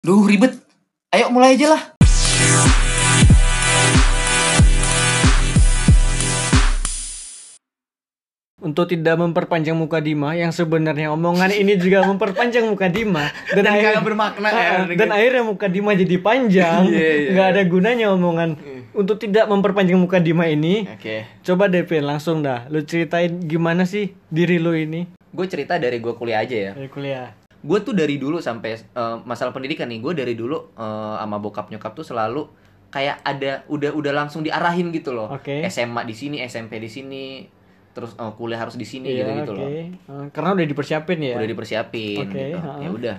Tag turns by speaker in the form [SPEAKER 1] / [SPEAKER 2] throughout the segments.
[SPEAKER 1] Duh ribet. Ayo mulai aja lah.
[SPEAKER 2] untuk tidak memperpanjang muka Dima yang sebenarnya omongan ini juga memperpanjang muka Dima dan,
[SPEAKER 3] Dan
[SPEAKER 2] akhir-
[SPEAKER 3] kagak bermakna
[SPEAKER 2] Ah,
[SPEAKER 3] ya.
[SPEAKER 2] dan akhirnya muka Dima jadi panjang
[SPEAKER 3] Iya, iya. Hmm.
[SPEAKER 2] nggak ada gunanya omongan untuk tidak memperpanjang muka Dima ini
[SPEAKER 3] Oke.
[SPEAKER 2] coba DP langsung dah lu ceritain gimana sih diri lu ini
[SPEAKER 3] Gue cerita dari gue kuliah aja ya.
[SPEAKER 2] dari kuliah
[SPEAKER 3] Gue tuh dari dulu sampai eh, masalah pendidikan nih, gue dari dulu eh, sama bokap nyokap tuh selalu kayak ada udah udah langsung diarahin gitu loh.
[SPEAKER 2] Oke.
[SPEAKER 3] SMA di sini, SMP di sini, terus eh, kuliah harus di sini
[SPEAKER 2] Iya,
[SPEAKER 3] gitu gitu
[SPEAKER 2] oke.
[SPEAKER 3] loh.
[SPEAKER 2] Eh, karena udah dipersiapin ya
[SPEAKER 3] Udah dipersiapin
[SPEAKER 2] Oke,
[SPEAKER 3] gitu.
[SPEAKER 2] ha-ha.
[SPEAKER 3] Ya udah.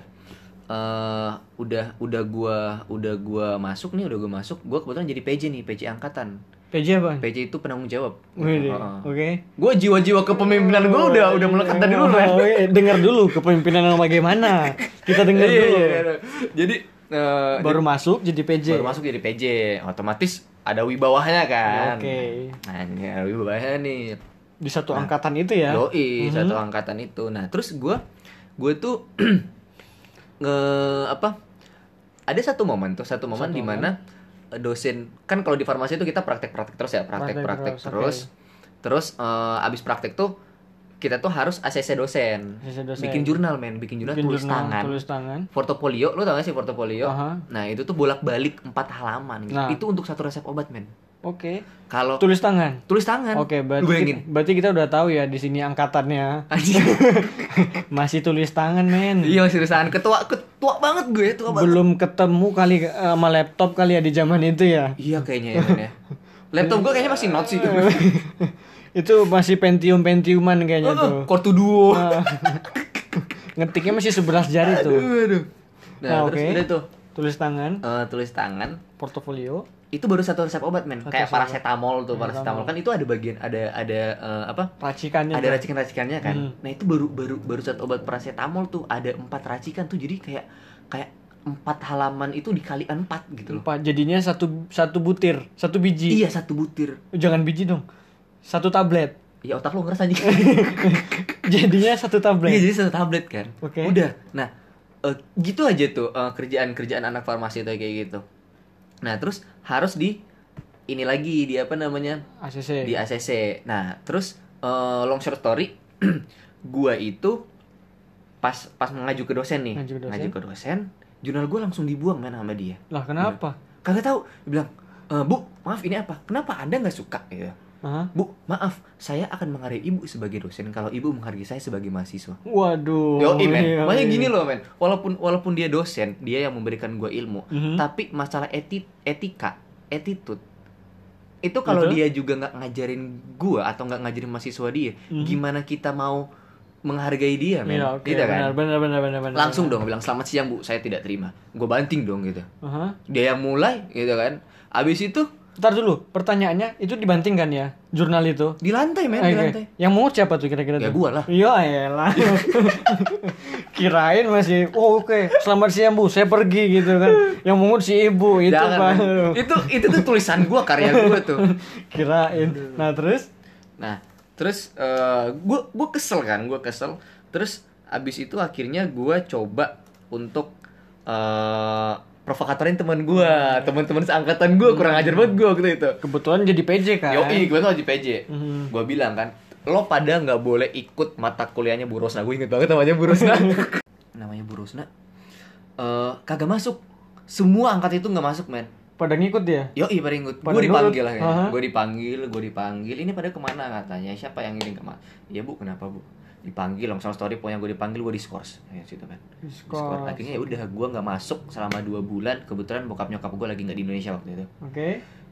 [SPEAKER 3] Eh, udah udah gua udah gua masuk nih, udah gua masuk. Gua kebetulan jadi PJ nih, PJ angkatan.
[SPEAKER 2] PJ apa
[SPEAKER 3] PJ itu penanggung jawab.
[SPEAKER 2] Wih,
[SPEAKER 3] Heeh.
[SPEAKER 2] oke
[SPEAKER 3] Gue jiwa-jiwa kepemimpinan gue Ah. udah udah melekat dari dulu. ya. men.
[SPEAKER 2] Oh, iya, dengar dulu kepemimpinan yang bagaimana kita dengar
[SPEAKER 3] Iya,
[SPEAKER 2] dulu
[SPEAKER 3] iya, iya. Jadi eh,
[SPEAKER 2] baru masuk jadi PJ
[SPEAKER 3] baru masuk jadi PJ, otomatis ada wibawahnya kan.
[SPEAKER 2] Oke.
[SPEAKER 3] Nah, ini ada wibawahnya nih.
[SPEAKER 2] di satu angkatan itu ya
[SPEAKER 3] Doi satu angkatan itu. Nah, terus gue gue tuh nge apa? Ada satu momen tuh, satu momen di mana dosen kan kalau di farmasi itu kita praktek-praktek terus ya,
[SPEAKER 2] Praktek
[SPEAKER 3] praktek-praktek
[SPEAKER 2] terus,
[SPEAKER 3] terus. Terus eh, abis praktek tuh kita tuh harus ACC dosen.
[SPEAKER 2] ACC dosen.
[SPEAKER 3] Bikin jurnal, men. Bikin jurnal
[SPEAKER 2] Bikin
[SPEAKER 3] tulis
[SPEAKER 2] jurnal,
[SPEAKER 3] tangan.
[SPEAKER 2] tulis tangan
[SPEAKER 3] portofolio lu tau gak sih portofolio
[SPEAKER 2] Aha.
[SPEAKER 3] nah itu tuh bolak balik empat halaman gitu.
[SPEAKER 2] Nah.
[SPEAKER 3] itu untuk satu resep obat men
[SPEAKER 2] oke
[SPEAKER 3] kalau
[SPEAKER 2] tulis tangan
[SPEAKER 3] tulis tangan
[SPEAKER 2] oke berarti
[SPEAKER 3] Lu bayangin
[SPEAKER 2] berarti kita udah tahu ya di sini angkatannya
[SPEAKER 3] Anjing.
[SPEAKER 2] masih tulis tangan men
[SPEAKER 3] iya masih tulis tangan ketua ketua banget gue ya, tua banget
[SPEAKER 2] belum ketemu kali eh, sama laptop kali ya di zaman itu ya
[SPEAKER 3] iya kayaknya ya, men, ya. laptop gue kayaknya masih not sih
[SPEAKER 2] itu masih pentium pentiuman
[SPEAKER 3] Iya,
[SPEAKER 2] kayaknya tuh
[SPEAKER 3] Core to duo
[SPEAKER 2] ngetiknya masih 11 jari tuh
[SPEAKER 3] aduh
[SPEAKER 2] Nah,
[SPEAKER 3] nah, terus
[SPEAKER 2] oke.
[SPEAKER 3] udah tuh
[SPEAKER 2] tulis tangan
[SPEAKER 3] eh, tulis tangan
[SPEAKER 2] portofolio
[SPEAKER 3] itu baru satu resep obat men kayak
[SPEAKER 2] resep obat.
[SPEAKER 3] paracetamol tuh paracetamol kan itu ada bagian ada ada eh, apa
[SPEAKER 2] racikannya
[SPEAKER 3] ada
[SPEAKER 2] tuh.
[SPEAKER 3] racikan-racikannya kan. Nah, itu baru baru baru saat obat paracetamol tuh ada empat racikan tuh jadi kayak kayak empat halaman itu dikali empat gitu loh.
[SPEAKER 2] Empat, jadinya satu satu butir satu biji
[SPEAKER 3] Iya, satu butir.
[SPEAKER 2] jangan biji dong satu tablet
[SPEAKER 3] Ya otak lo ngerasa anjing.
[SPEAKER 2] jadinya satu
[SPEAKER 3] Iya,
[SPEAKER 2] tablet
[SPEAKER 3] jadi satu tablet kan.
[SPEAKER 2] Oke.
[SPEAKER 3] Udah. Nah, eh, gitu aja tuh eh, kerjaan-kerjaan anak farmasi tuh kayak gitu. Nah, terus harus di ini lagi di apa namanya?
[SPEAKER 2] ACC
[SPEAKER 3] di ACC. Nah, terus eh, long short story, gua itu pas pas ngaju ke dosen nih,
[SPEAKER 2] Ngaju ke dosen.
[SPEAKER 3] ke dosen, jurnal gua langsung dibuang main sama dia.
[SPEAKER 2] lah kenapa
[SPEAKER 3] Kagak tahu, dia bilang, "Eh, "Bu, maaf ini apa? Kenapa Anda nggak suka?" gitu.
[SPEAKER 2] Hah?
[SPEAKER 3] "Bu, maaf, saya akan menghargai Ibu sebagai dosen kalau Ibu menghargai saya sebagai mahasiswa."
[SPEAKER 2] Waduh.
[SPEAKER 3] Yo, men.
[SPEAKER 2] iya,
[SPEAKER 3] Makanya
[SPEAKER 2] iya.
[SPEAKER 3] gini loh, men. Walaupun walaupun dia dosen, dia yang memberikan gua ilmu,
[SPEAKER 2] Mhm.
[SPEAKER 3] tapi masalah eti- etika, attitude itu kalau
[SPEAKER 2] Betul.
[SPEAKER 3] dia juga nggak ngajarin gua atau nggak ngajarin mahasiswa dia,
[SPEAKER 2] Mhm.
[SPEAKER 3] gimana kita mau menghargai dia, men?
[SPEAKER 2] Iya, oke.
[SPEAKER 3] Gitu kan?
[SPEAKER 2] benar, benar, benar, benar, benar.
[SPEAKER 3] Langsung dong bilang selamat siang, Bu. Saya tidak terima. Gua banting dong gitu.
[SPEAKER 2] Aha.
[SPEAKER 3] Dia yang mulai gitu kan. Abis itu
[SPEAKER 2] Ntar dulu, pertanyaannya itu dibanting kan ya, jurnal itu?
[SPEAKER 3] di lantai, men,
[SPEAKER 2] Eh,
[SPEAKER 3] di
[SPEAKER 2] oke.
[SPEAKER 3] lantai.
[SPEAKER 2] Yang mau siapa tuh kira-kira
[SPEAKER 3] Ya
[SPEAKER 2] tuh?
[SPEAKER 3] gua lah.
[SPEAKER 2] Iya, elah. Kirain masih, oh oke, selamat siang bu, saya pergi gitu kan. Yang mungut si ibu itu kan.
[SPEAKER 3] Jangan,
[SPEAKER 2] pak.
[SPEAKER 3] men. itu itu tuh tulisan gua, karya gua tuh.
[SPEAKER 2] Kirain. Nah terus,
[SPEAKER 3] Nah, terus gue gue kesel kan, gue kesel. Terus abis itu akhirnya gue coba untuk eh provokatorin teman gue, teman-teman seangkatan gue kurang ajar banget gue gitu itu.
[SPEAKER 2] kebetulan jadi PJ kan?
[SPEAKER 3] Yoi, gue tuh wajib PJ. Gue bilang kan, lo pada nggak boleh ikut mata kuliahnya Bu Rosna. Gue inget banget namanya Bu Rosna. namanya Bu Rosna. Eh, kagak masuk. Semua angkat itu nggak masuk, men.
[SPEAKER 2] Pada ngikut dia?
[SPEAKER 3] Yoi pada ikut.
[SPEAKER 2] Pada
[SPEAKER 3] Gue dipanggil
[SPEAKER 2] nurut.
[SPEAKER 3] lah
[SPEAKER 2] Aha.
[SPEAKER 3] Gue dipanggil, gue dipanggil. Ini pada kemana katanya? Siapa yang ini kemana? Iya bu, kenapa bu? Dipanggil long story story pokoknya gue dipanggil gue diskors ya situ kan
[SPEAKER 2] Diskors.
[SPEAKER 3] akhirnya ya udah gue nggak masuk selama dua bulan kebetulan bokap nyokap gue lagi nggak di Indonesia waktu itu
[SPEAKER 2] Oke.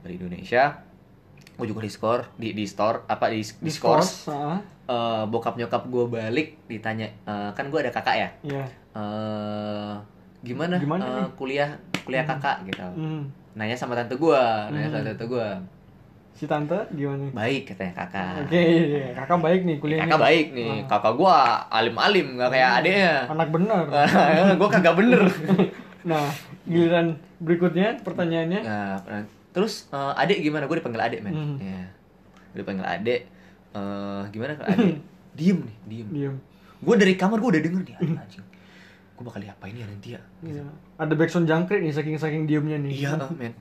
[SPEAKER 3] dari Indonesia gue juga diskor di di store apa di diskors
[SPEAKER 2] Diskors. ah,
[SPEAKER 3] Eh, bokap nyokap gue balik ditanya eh, kan gue ada kakak ya
[SPEAKER 2] Iya.
[SPEAKER 3] Eh, gimana,
[SPEAKER 2] Gimana
[SPEAKER 3] eh,
[SPEAKER 2] nih?
[SPEAKER 3] kuliah kuliah kakak gitu
[SPEAKER 2] Hmm.
[SPEAKER 3] nanya sama tante gue nanya sama tante gue
[SPEAKER 2] Si tante gimana?
[SPEAKER 3] baik katanya kakak
[SPEAKER 2] Oke, iya. kakak baik nih kuliahnya.
[SPEAKER 3] kakak baik nih kakak gua alim-alim nggak kayak adeknya
[SPEAKER 2] Anak bener.
[SPEAKER 3] gua kagak bener
[SPEAKER 2] Nah, giliran berikutnya pertanyaannya.
[SPEAKER 3] nah, nah, terus eh, adek gimana gue dipanggil adek men
[SPEAKER 2] Hmm.
[SPEAKER 3] ya Gua dipanggil adek Eh, gimana kalau adek diem nih diem
[SPEAKER 2] Diam.
[SPEAKER 3] gue dari kamar gue udah denger nih "Aduh, anjing gue bakal diapain ya nanti ya
[SPEAKER 2] Iya. Ada backsound jangkrik nih saking saking diemnya nih.
[SPEAKER 3] iya ah, men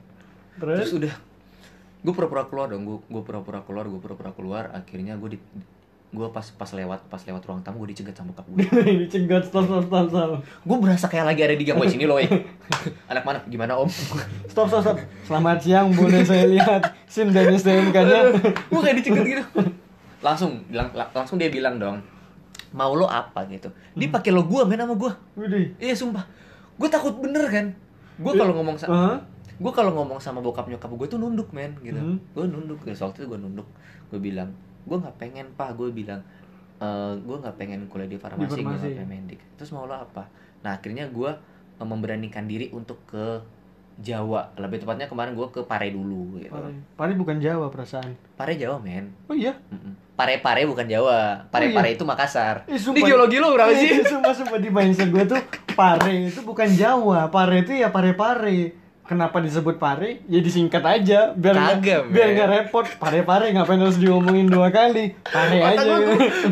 [SPEAKER 2] Terus
[SPEAKER 3] terus udah gue pura-pura keluar dong gue gue pura-pura keluar gue pura-pura keluar akhirnya gue di gue pas pas lewat pas lewat ruang tamu gue dicegat sama bokap gue
[SPEAKER 2] dicegat stop stop stop stop.
[SPEAKER 3] gue berasa kayak lagi ada di gang sini loh eh. anak mana gimana om
[SPEAKER 2] Stop stop stop. Selamat siang, boleh saya lihat SIM dan STNK-nya?
[SPEAKER 3] gue kayak dicegat gitu langsung lang- lang- langsung dia bilang dong mau lo apa gitu dia pakai lo gue main sama gue
[SPEAKER 2] Widih.
[SPEAKER 3] iya sumpah gue takut bener kan gue kalau ngomong sama
[SPEAKER 2] Hah?
[SPEAKER 3] gue kalau ngomong sama bokap nyokap gue tuh nunduk men gitu
[SPEAKER 2] Hmm.
[SPEAKER 3] gue nunduk terus waktu itu gue nunduk gue bilang gue nggak pengen pak gue bilang "Eh, gue nggak pengen kuliah di farmasi gue nggak
[SPEAKER 2] farmasi.
[SPEAKER 3] pengen mendik terus mau lo apa nah akhirnya gue eh, memberanikan diri untuk ke Jawa lebih tepatnya kemarin gue ke Pare dulu gitu
[SPEAKER 2] Pare. Pare bukan Jawa perasaan.
[SPEAKER 3] Pare Jawa men
[SPEAKER 2] Oh iya.
[SPEAKER 3] Mm-mm. Pare-pare bukan Jawa
[SPEAKER 2] Oh,
[SPEAKER 3] Pare-pare
[SPEAKER 2] iya.
[SPEAKER 3] itu Makassar
[SPEAKER 2] Eh,
[SPEAKER 3] Ini geologi lo berapa sih?
[SPEAKER 2] Eh, sumpah sumpah di mindset gue tuh pare itu bukan Jawa, pare itu ya pare-pare. Kenapa disebut pare? Ya disingkat aja biar nggak-
[SPEAKER 3] Kagak,
[SPEAKER 2] biar
[SPEAKER 3] men.
[SPEAKER 2] nggak repot. Pare-pare ngapain harus diomongin dua kali? Pare
[SPEAKER 3] Otak
[SPEAKER 2] aja.
[SPEAKER 3] gua-
[SPEAKER 2] gitu.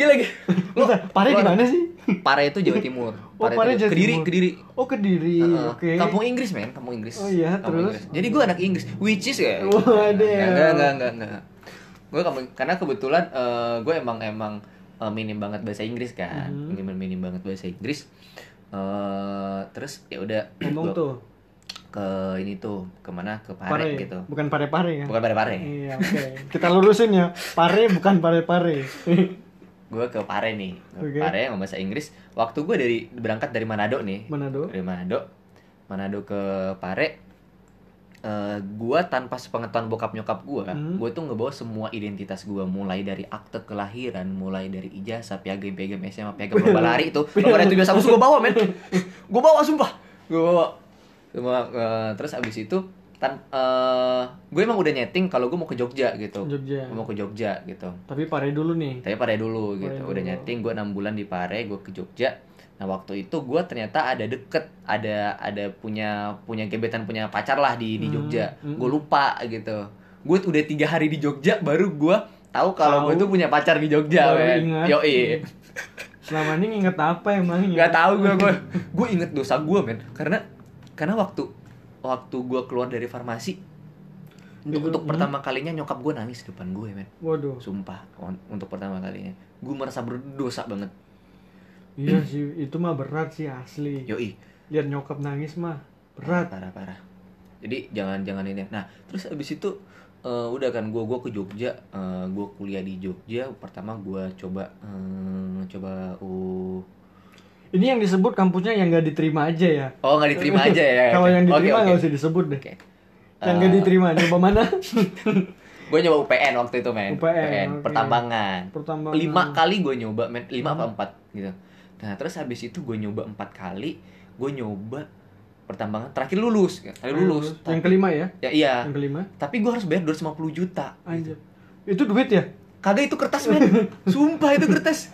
[SPEAKER 3] Gila lagi
[SPEAKER 2] Bentar, pare di mana sih?
[SPEAKER 3] Pare itu Jawa Timur
[SPEAKER 2] Oh, Pare
[SPEAKER 3] itu-
[SPEAKER 2] Jawa
[SPEAKER 3] Kediri,
[SPEAKER 2] Timur.
[SPEAKER 3] Kediri
[SPEAKER 2] Oh Kediri,
[SPEAKER 3] Heeh.
[SPEAKER 2] oke.
[SPEAKER 3] Kampung Inggris men, kampung Inggris.
[SPEAKER 2] Oh iya,
[SPEAKER 3] Kampung
[SPEAKER 2] terus?
[SPEAKER 3] Inggris. Jadi gue anak Inggris, which is ya.
[SPEAKER 2] Waduh.
[SPEAKER 3] Enggak, enggak, enggak, enggak. Gue kampung karena kebetulan gue emang emang eh, minim banget bahasa Inggris kan,
[SPEAKER 2] Mhm.
[SPEAKER 3] minim minim banget bahasa Inggris. Eh, terus ya udah
[SPEAKER 2] Ngomong
[SPEAKER 3] gua
[SPEAKER 2] tuh,
[SPEAKER 3] ke ini tuh kemana ke Pare,
[SPEAKER 2] pare,
[SPEAKER 3] gitu.
[SPEAKER 2] bukan pare-pare ya?
[SPEAKER 3] Bukan Pare Pare.
[SPEAKER 2] Iya, oke. Kita lurusin ya. Pare bukan pare-pare.
[SPEAKER 3] Gue ke Pare nih, ke
[SPEAKER 2] Oke.
[SPEAKER 3] Pare sama bahasa Inggris. Waktu gue dari berangkat dari Manado nih,
[SPEAKER 2] Manado.
[SPEAKER 3] dari Manado Manado ke Pare Eh, gua tanpa sepengetahuan bokap nyokap gua
[SPEAKER 2] Hmm.
[SPEAKER 3] gua tuh ngebawa semua identitas gua mulai dari akte kelahiran mulai dari ijazah piagam piagam SMA piagam lomba lari itu lomba lari itu biasa gua bawa men gua bawa sumpah gua bawa Cuma, eh, terus abis itu tan eh, gue emang udah nyeting kalau gua mau ke Jogja gitu
[SPEAKER 2] Jogja.
[SPEAKER 3] Gua mau ke Jogja gitu
[SPEAKER 2] Tapi pare dulu nih.
[SPEAKER 3] tapi Pare dulu
[SPEAKER 2] Pare
[SPEAKER 3] gitu.
[SPEAKER 2] dulu.
[SPEAKER 3] Udah nyeting gue enam bulan di Pare, gue ke Jogja. Nah waktu itu gue ternyata ada deket, ada ada punya punya gebetan punya pacar lah di di
[SPEAKER 2] Hmm,
[SPEAKER 3] Jogja.
[SPEAKER 2] hmm.
[SPEAKER 3] Gue lupa gitu. Gue udah tiga hari di Jogja baru gue tahu kalau gue
[SPEAKER 2] Tahu.
[SPEAKER 3] tuh punya pacar di Jogja.
[SPEAKER 2] Baru
[SPEAKER 3] Iya, men.
[SPEAKER 2] ingat.
[SPEAKER 3] Yoi.
[SPEAKER 2] Selama ini nginget apa ya? emangnya?
[SPEAKER 3] Gak tau gue gue gue inget dosa gue men karena karena waktu waktu gue keluar dari farmasi untuk,
[SPEAKER 2] Itu,
[SPEAKER 3] untuk
[SPEAKER 2] hmm.
[SPEAKER 3] pertama kalinya nyokap gue nangis di depan gue men
[SPEAKER 2] Waduh.
[SPEAKER 3] sumpah on- untuk pertama kalinya gue merasa berdosa banget
[SPEAKER 2] Iya sih, itu mah berat sih asli.
[SPEAKER 3] yoi
[SPEAKER 2] Lihat nyokap nangis mah berat.
[SPEAKER 3] parah parah jadi jangan jangan ini nah terus abis itu eh, udah kan gue gua ke Jogja eh, gua kuliah di Jogja pertama gua coba eh, coba u
[SPEAKER 2] Ini yang disebut kampusnya yang nggak diterima aja ya.
[SPEAKER 3] oh nggak diterima aja ya
[SPEAKER 2] Kalau yang diterima nggak
[SPEAKER 3] oke. Ah.
[SPEAKER 2] usah disebut deh.
[SPEAKER 3] Oke.
[SPEAKER 2] Yang nggak diterima coba mana?
[SPEAKER 3] gue nyoba UPN waktu itu men
[SPEAKER 2] UPN, oke.
[SPEAKER 3] pertambangan
[SPEAKER 2] Pertama
[SPEAKER 3] lima kali gue nyoba men lima
[SPEAKER 2] Hmm.
[SPEAKER 3] apa empat gitu nah terus habis itu gue nyoba empat kali gue nyoba pertambangan terakhir lulus terakhir lulus
[SPEAKER 2] Yang
[SPEAKER 3] Tapi-
[SPEAKER 2] kelima ya?
[SPEAKER 3] ya iya
[SPEAKER 2] Yang kelima.
[SPEAKER 3] tapi gue harus bayar 250 juta
[SPEAKER 2] Anjir. Itu duit ya?
[SPEAKER 3] Kagak itu kertas men Sumpah itu kertas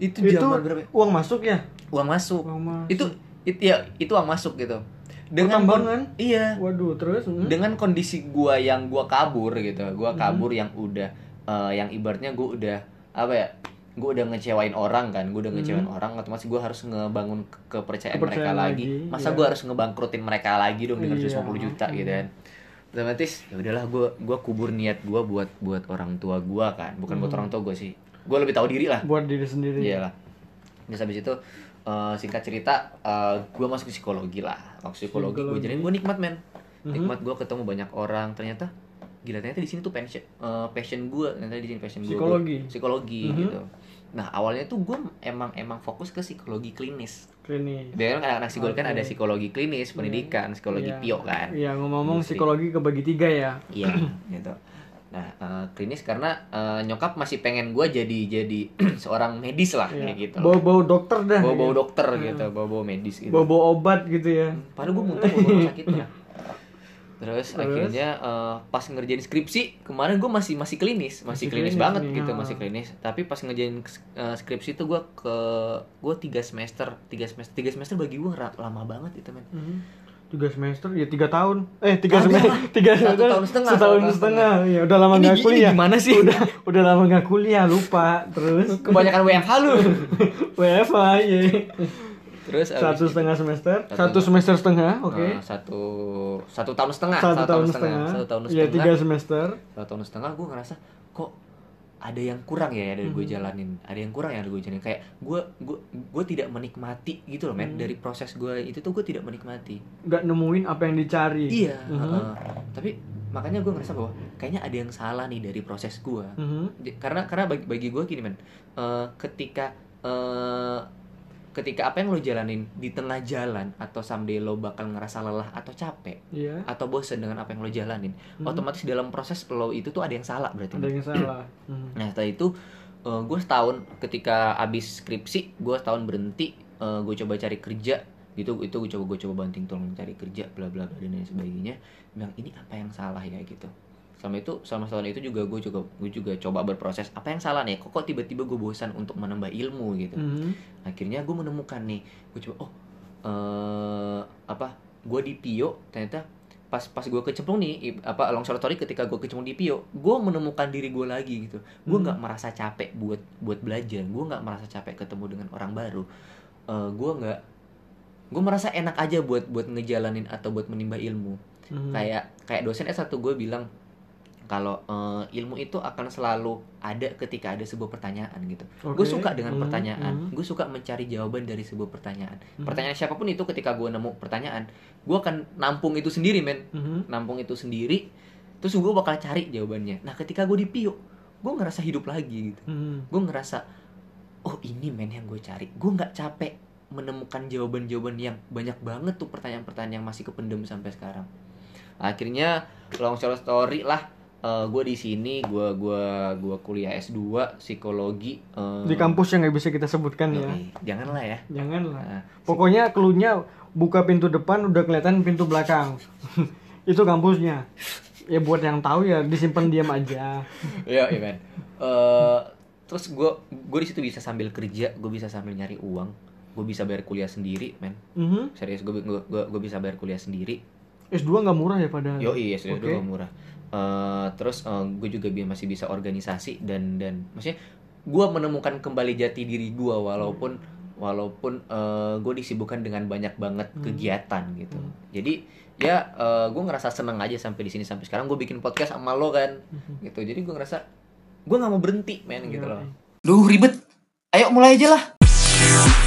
[SPEAKER 3] Itu
[SPEAKER 2] Itu
[SPEAKER 3] zaman berapa ya?
[SPEAKER 2] uang masuk ya?
[SPEAKER 3] Uang masuk
[SPEAKER 2] Uang masuk.
[SPEAKER 3] Itu it, ya, itu uang masuk gitu
[SPEAKER 2] Pertambangan?
[SPEAKER 3] kon- Iya
[SPEAKER 2] Waduh, terus hmm?
[SPEAKER 3] Dengan kondisi gua yang gua kabur gitu
[SPEAKER 2] Mm-hmm.
[SPEAKER 3] Gua kabur yang udah eh, Yang ibaratnya gua udah Apa ya Gua udah ngecewain orang kan Gua udah ngecewain orang Otomatis gua harus ngebangun ke- kepercayaan, mereka
[SPEAKER 2] Mm-hmm. Kepercayaan
[SPEAKER 3] lagi,
[SPEAKER 2] lagi,
[SPEAKER 3] Masa
[SPEAKER 2] iya.
[SPEAKER 3] gua harus ngebangkrutin mereka lagi dong Dengan
[SPEAKER 2] Iya. Mm-hmm.
[SPEAKER 3] 250 juta gitu kan otomatis ya udahlah gua gua kubur niat gua buat buat orang tua gua kan bukan
[SPEAKER 2] Mm-hmm.
[SPEAKER 3] buat orang tua gua sih gua lebih tahu diri lah
[SPEAKER 2] buat diri sendiri.
[SPEAKER 3] iyalah Iya. terus habis itu eh, singkat cerita eh, gua masuk psikologi lah masuk psikologi, gua
[SPEAKER 2] Psikologi.
[SPEAKER 3] jalanin gua nikmat men
[SPEAKER 2] Mhm.
[SPEAKER 3] nikmat gua ketemu banyak orang ternyata gila ternyata di sini tuh passion eh, passion gua ternyata di sini passion gua
[SPEAKER 2] Psikologi.
[SPEAKER 3] gua- psikologi
[SPEAKER 2] Mhm.
[SPEAKER 3] gitu nah awalnya tuh gua emang emang fokus ke psikologi klinis
[SPEAKER 2] Klinis.
[SPEAKER 3] biasanya kan anak-anak psikologi kan
[SPEAKER 2] Oke.
[SPEAKER 3] ada psikologi klinis pendidikan psikologi
[SPEAKER 2] Iya.
[SPEAKER 3] pio kan
[SPEAKER 2] Iya, ngomong-ngomong
[SPEAKER 3] Industri.
[SPEAKER 2] psikologi kebagi tiga ya.
[SPEAKER 3] Iya, gitu. Nah, eh, klinis karena eh, nyokap masih pengen gue jadi jadi seorang medis lah
[SPEAKER 2] Iya.
[SPEAKER 3] kayak gitu.
[SPEAKER 2] Bau-bau dokter dah.
[SPEAKER 3] Bawa-bawa dokter
[SPEAKER 2] Hmm.
[SPEAKER 3] gitu, bawa-bawa medis gitu.
[SPEAKER 2] Bau-bau obat gitu ya.
[SPEAKER 3] Padahal gue muntah gua rumah sakit pernah. Terus,
[SPEAKER 2] Terus?
[SPEAKER 3] akhirnya eh, pas ngerjain skripsi kemarin gue masih masih klinis, masih,
[SPEAKER 2] Masih
[SPEAKER 3] klinis,
[SPEAKER 2] klinis
[SPEAKER 3] banget
[SPEAKER 2] nih,
[SPEAKER 3] gitu,
[SPEAKER 2] ya.
[SPEAKER 3] masih klinis. Tapi pas ngerjain eh, skripsi itu gue ke gue tiga semester, tiga semester, tiga semester bagi gue lama banget itu men.
[SPEAKER 2] Mhm. Tiga semester ya tiga tahun. Eh tiga
[SPEAKER 3] Mm-hmm. Ada lah.
[SPEAKER 2] semester tiga
[SPEAKER 3] Satu
[SPEAKER 2] semester
[SPEAKER 3] tahun setengah,
[SPEAKER 2] setahun
[SPEAKER 3] satu tahun
[SPEAKER 2] setengah. Ya udah lama
[SPEAKER 3] Ini
[SPEAKER 2] nggak
[SPEAKER 3] gi- ini
[SPEAKER 2] kuliah.
[SPEAKER 3] gimana sih?
[SPEAKER 2] Udah udah lama nggak kuliah lupa terus
[SPEAKER 3] Kebanyakan WFH lu.
[SPEAKER 2] WFH ya.
[SPEAKER 3] Terus abis
[SPEAKER 2] iya. satu
[SPEAKER 3] itu-
[SPEAKER 2] setengah semester
[SPEAKER 3] Satu
[SPEAKER 2] satu semester setengah oke
[SPEAKER 3] Eh, satu Nah, satu tahun setengah
[SPEAKER 2] satu tahun setengah
[SPEAKER 3] satu tahun
[SPEAKER 2] ya
[SPEAKER 3] setengah
[SPEAKER 2] tiga semester
[SPEAKER 3] satu tahun setengah gue ngerasa kok ada yang kurang ya dari gue jalanin ada yang kurang ya dari gue jalanin kayak gue gue gue tidak menikmati gitu loh men
[SPEAKER 2] Hmm.
[SPEAKER 3] dari proses gue itu tuh gue tidak menikmati
[SPEAKER 2] nggak nemuin apa yang dicari
[SPEAKER 3] iya
[SPEAKER 2] Mhm.
[SPEAKER 3] heeh. tapi makanya gue ngerasa bahwa kayaknya ada yang salah nih dari proses gue
[SPEAKER 2] Mhm.
[SPEAKER 3] J- karena karena bagi, bagi gue gini men Eh, ketika eh, ketika apa yang lo jalanin di tengah jalan atau someday lo bakal ngerasa lelah atau capek
[SPEAKER 2] iya
[SPEAKER 3] atau bosen dengan apa yang lo jalanin
[SPEAKER 2] Mhm.
[SPEAKER 3] otomatis dalam proses lo itu tuh ada yang salah berarti
[SPEAKER 2] ada yang salah Mhm.
[SPEAKER 3] nah setelah itu gue setahun ketika abis skripsi gue setahun berhenti gue coba cari kerja gitu itu gue coba gue coba banting tulang cari kerja bla bla bla dan lain sebagainya bilang ini apa yang salah ya gitu sama itu sama setahun itu juga gue juga gue juga coba berproses apa yang salah nih kok kok tiba-tiba gue bosan untuk menambah ilmu gitu
[SPEAKER 2] Mhm.
[SPEAKER 3] akhirnya gue menemukan nih gue coba oh eh apa gue di Pio ternyata pas pas gue kecemplung nih i- apa long story story ketika gue kecemplung di Pio gue menemukan diri gue lagi gitu gue
[SPEAKER 2] Hmm.
[SPEAKER 3] nggak merasa capek buat buat belajar gue nggak merasa capek ketemu dengan orang baru Eh, gue nggak gue merasa enak aja buat buat ngejalanin atau buat menimba ilmu
[SPEAKER 2] Mhm.
[SPEAKER 3] kayak kayak dosen S1 gue bilang kalau eh, ilmu itu akan selalu ada ketika ada sebuah pertanyaan gitu.
[SPEAKER 2] Oke.
[SPEAKER 3] Gue suka dengan
[SPEAKER 2] Mhm.
[SPEAKER 3] pertanyaan.
[SPEAKER 2] Mhm.
[SPEAKER 3] Gue suka mencari jawaban dari sebuah pertanyaan.
[SPEAKER 2] Mhm.
[SPEAKER 3] Pertanyaan siapapun itu ketika gue nemu pertanyaan, gue akan nampung itu sendiri, men.
[SPEAKER 2] Mhm.
[SPEAKER 3] Nampung itu sendiri. Terus gue bakal cari jawabannya. Nah, ketika gue di Pio, gue ngerasa hidup lagi gitu.
[SPEAKER 2] Mhm.
[SPEAKER 3] Gue ngerasa oh ini men yang gue cari. Gue nggak capek menemukan jawaban-jawaban yang banyak banget tuh pertanyaan-pertanyaan yang masih kependem sampai sekarang. Akhirnya long story story lah eh, gue di sini gue gua gua kuliah S2 psikologi eh,
[SPEAKER 2] di kampus yang nggak bisa kita sebutkan ya
[SPEAKER 3] Yoi, janganlah ya.
[SPEAKER 2] janganlah
[SPEAKER 3] Nah,
[SPEAKER 2] pokoknya keluarnya buka pintu depan udah kelihatan pintu belakang itu kampusnya ya buat yang tahu ya disimpan diam aja
[SPEAKER 3] Iya, iya men. Eh, terus gue gue di situ bisa sambil kerja, gue bisa sambil nyari uang, gue bisa bayar kuliah sendiri, men.
[SPEAKER 2] Mhm.
[SPEAKER 3] Serius gue gue gue bisa bayar kuliah sendiri.
[SPEAKER 2] S2 nggak murah ya padahal
[SPEAKER 3] Yo iya serius
[SPEAKER 2] Oke.
[SPEAKER 3] dulu murah. Eh, terus gue juga bi- masih bisa organisasi dan dan maksudnya gue menemukan kembali jati diri gue walaupun walaupun gue disibukkan dengan banyak banget
[SPEAKER 2] Hmm.
[SPEAKER 3] kegiatan gitu.
[SPEAKER 2] Hmm.
[SPEAKER 3] Jadi ya gue ngerasa seneng aja sampai di sini sampai sekarang gue bikin podcast sama lo kan
[SPEAKER 2] Mhm.
[SPEAKER 3] gitu. Jadi gue ngerasa
[SPEAKER 2] Iya.
[SPEAKER 3] gue nggak mau berhenti men gitu
[SPEAKER 2] Yoi.
[SPEAKER 3] loh.
[SPEAKER 1] Duh ribet. Ayo mulai aja lah.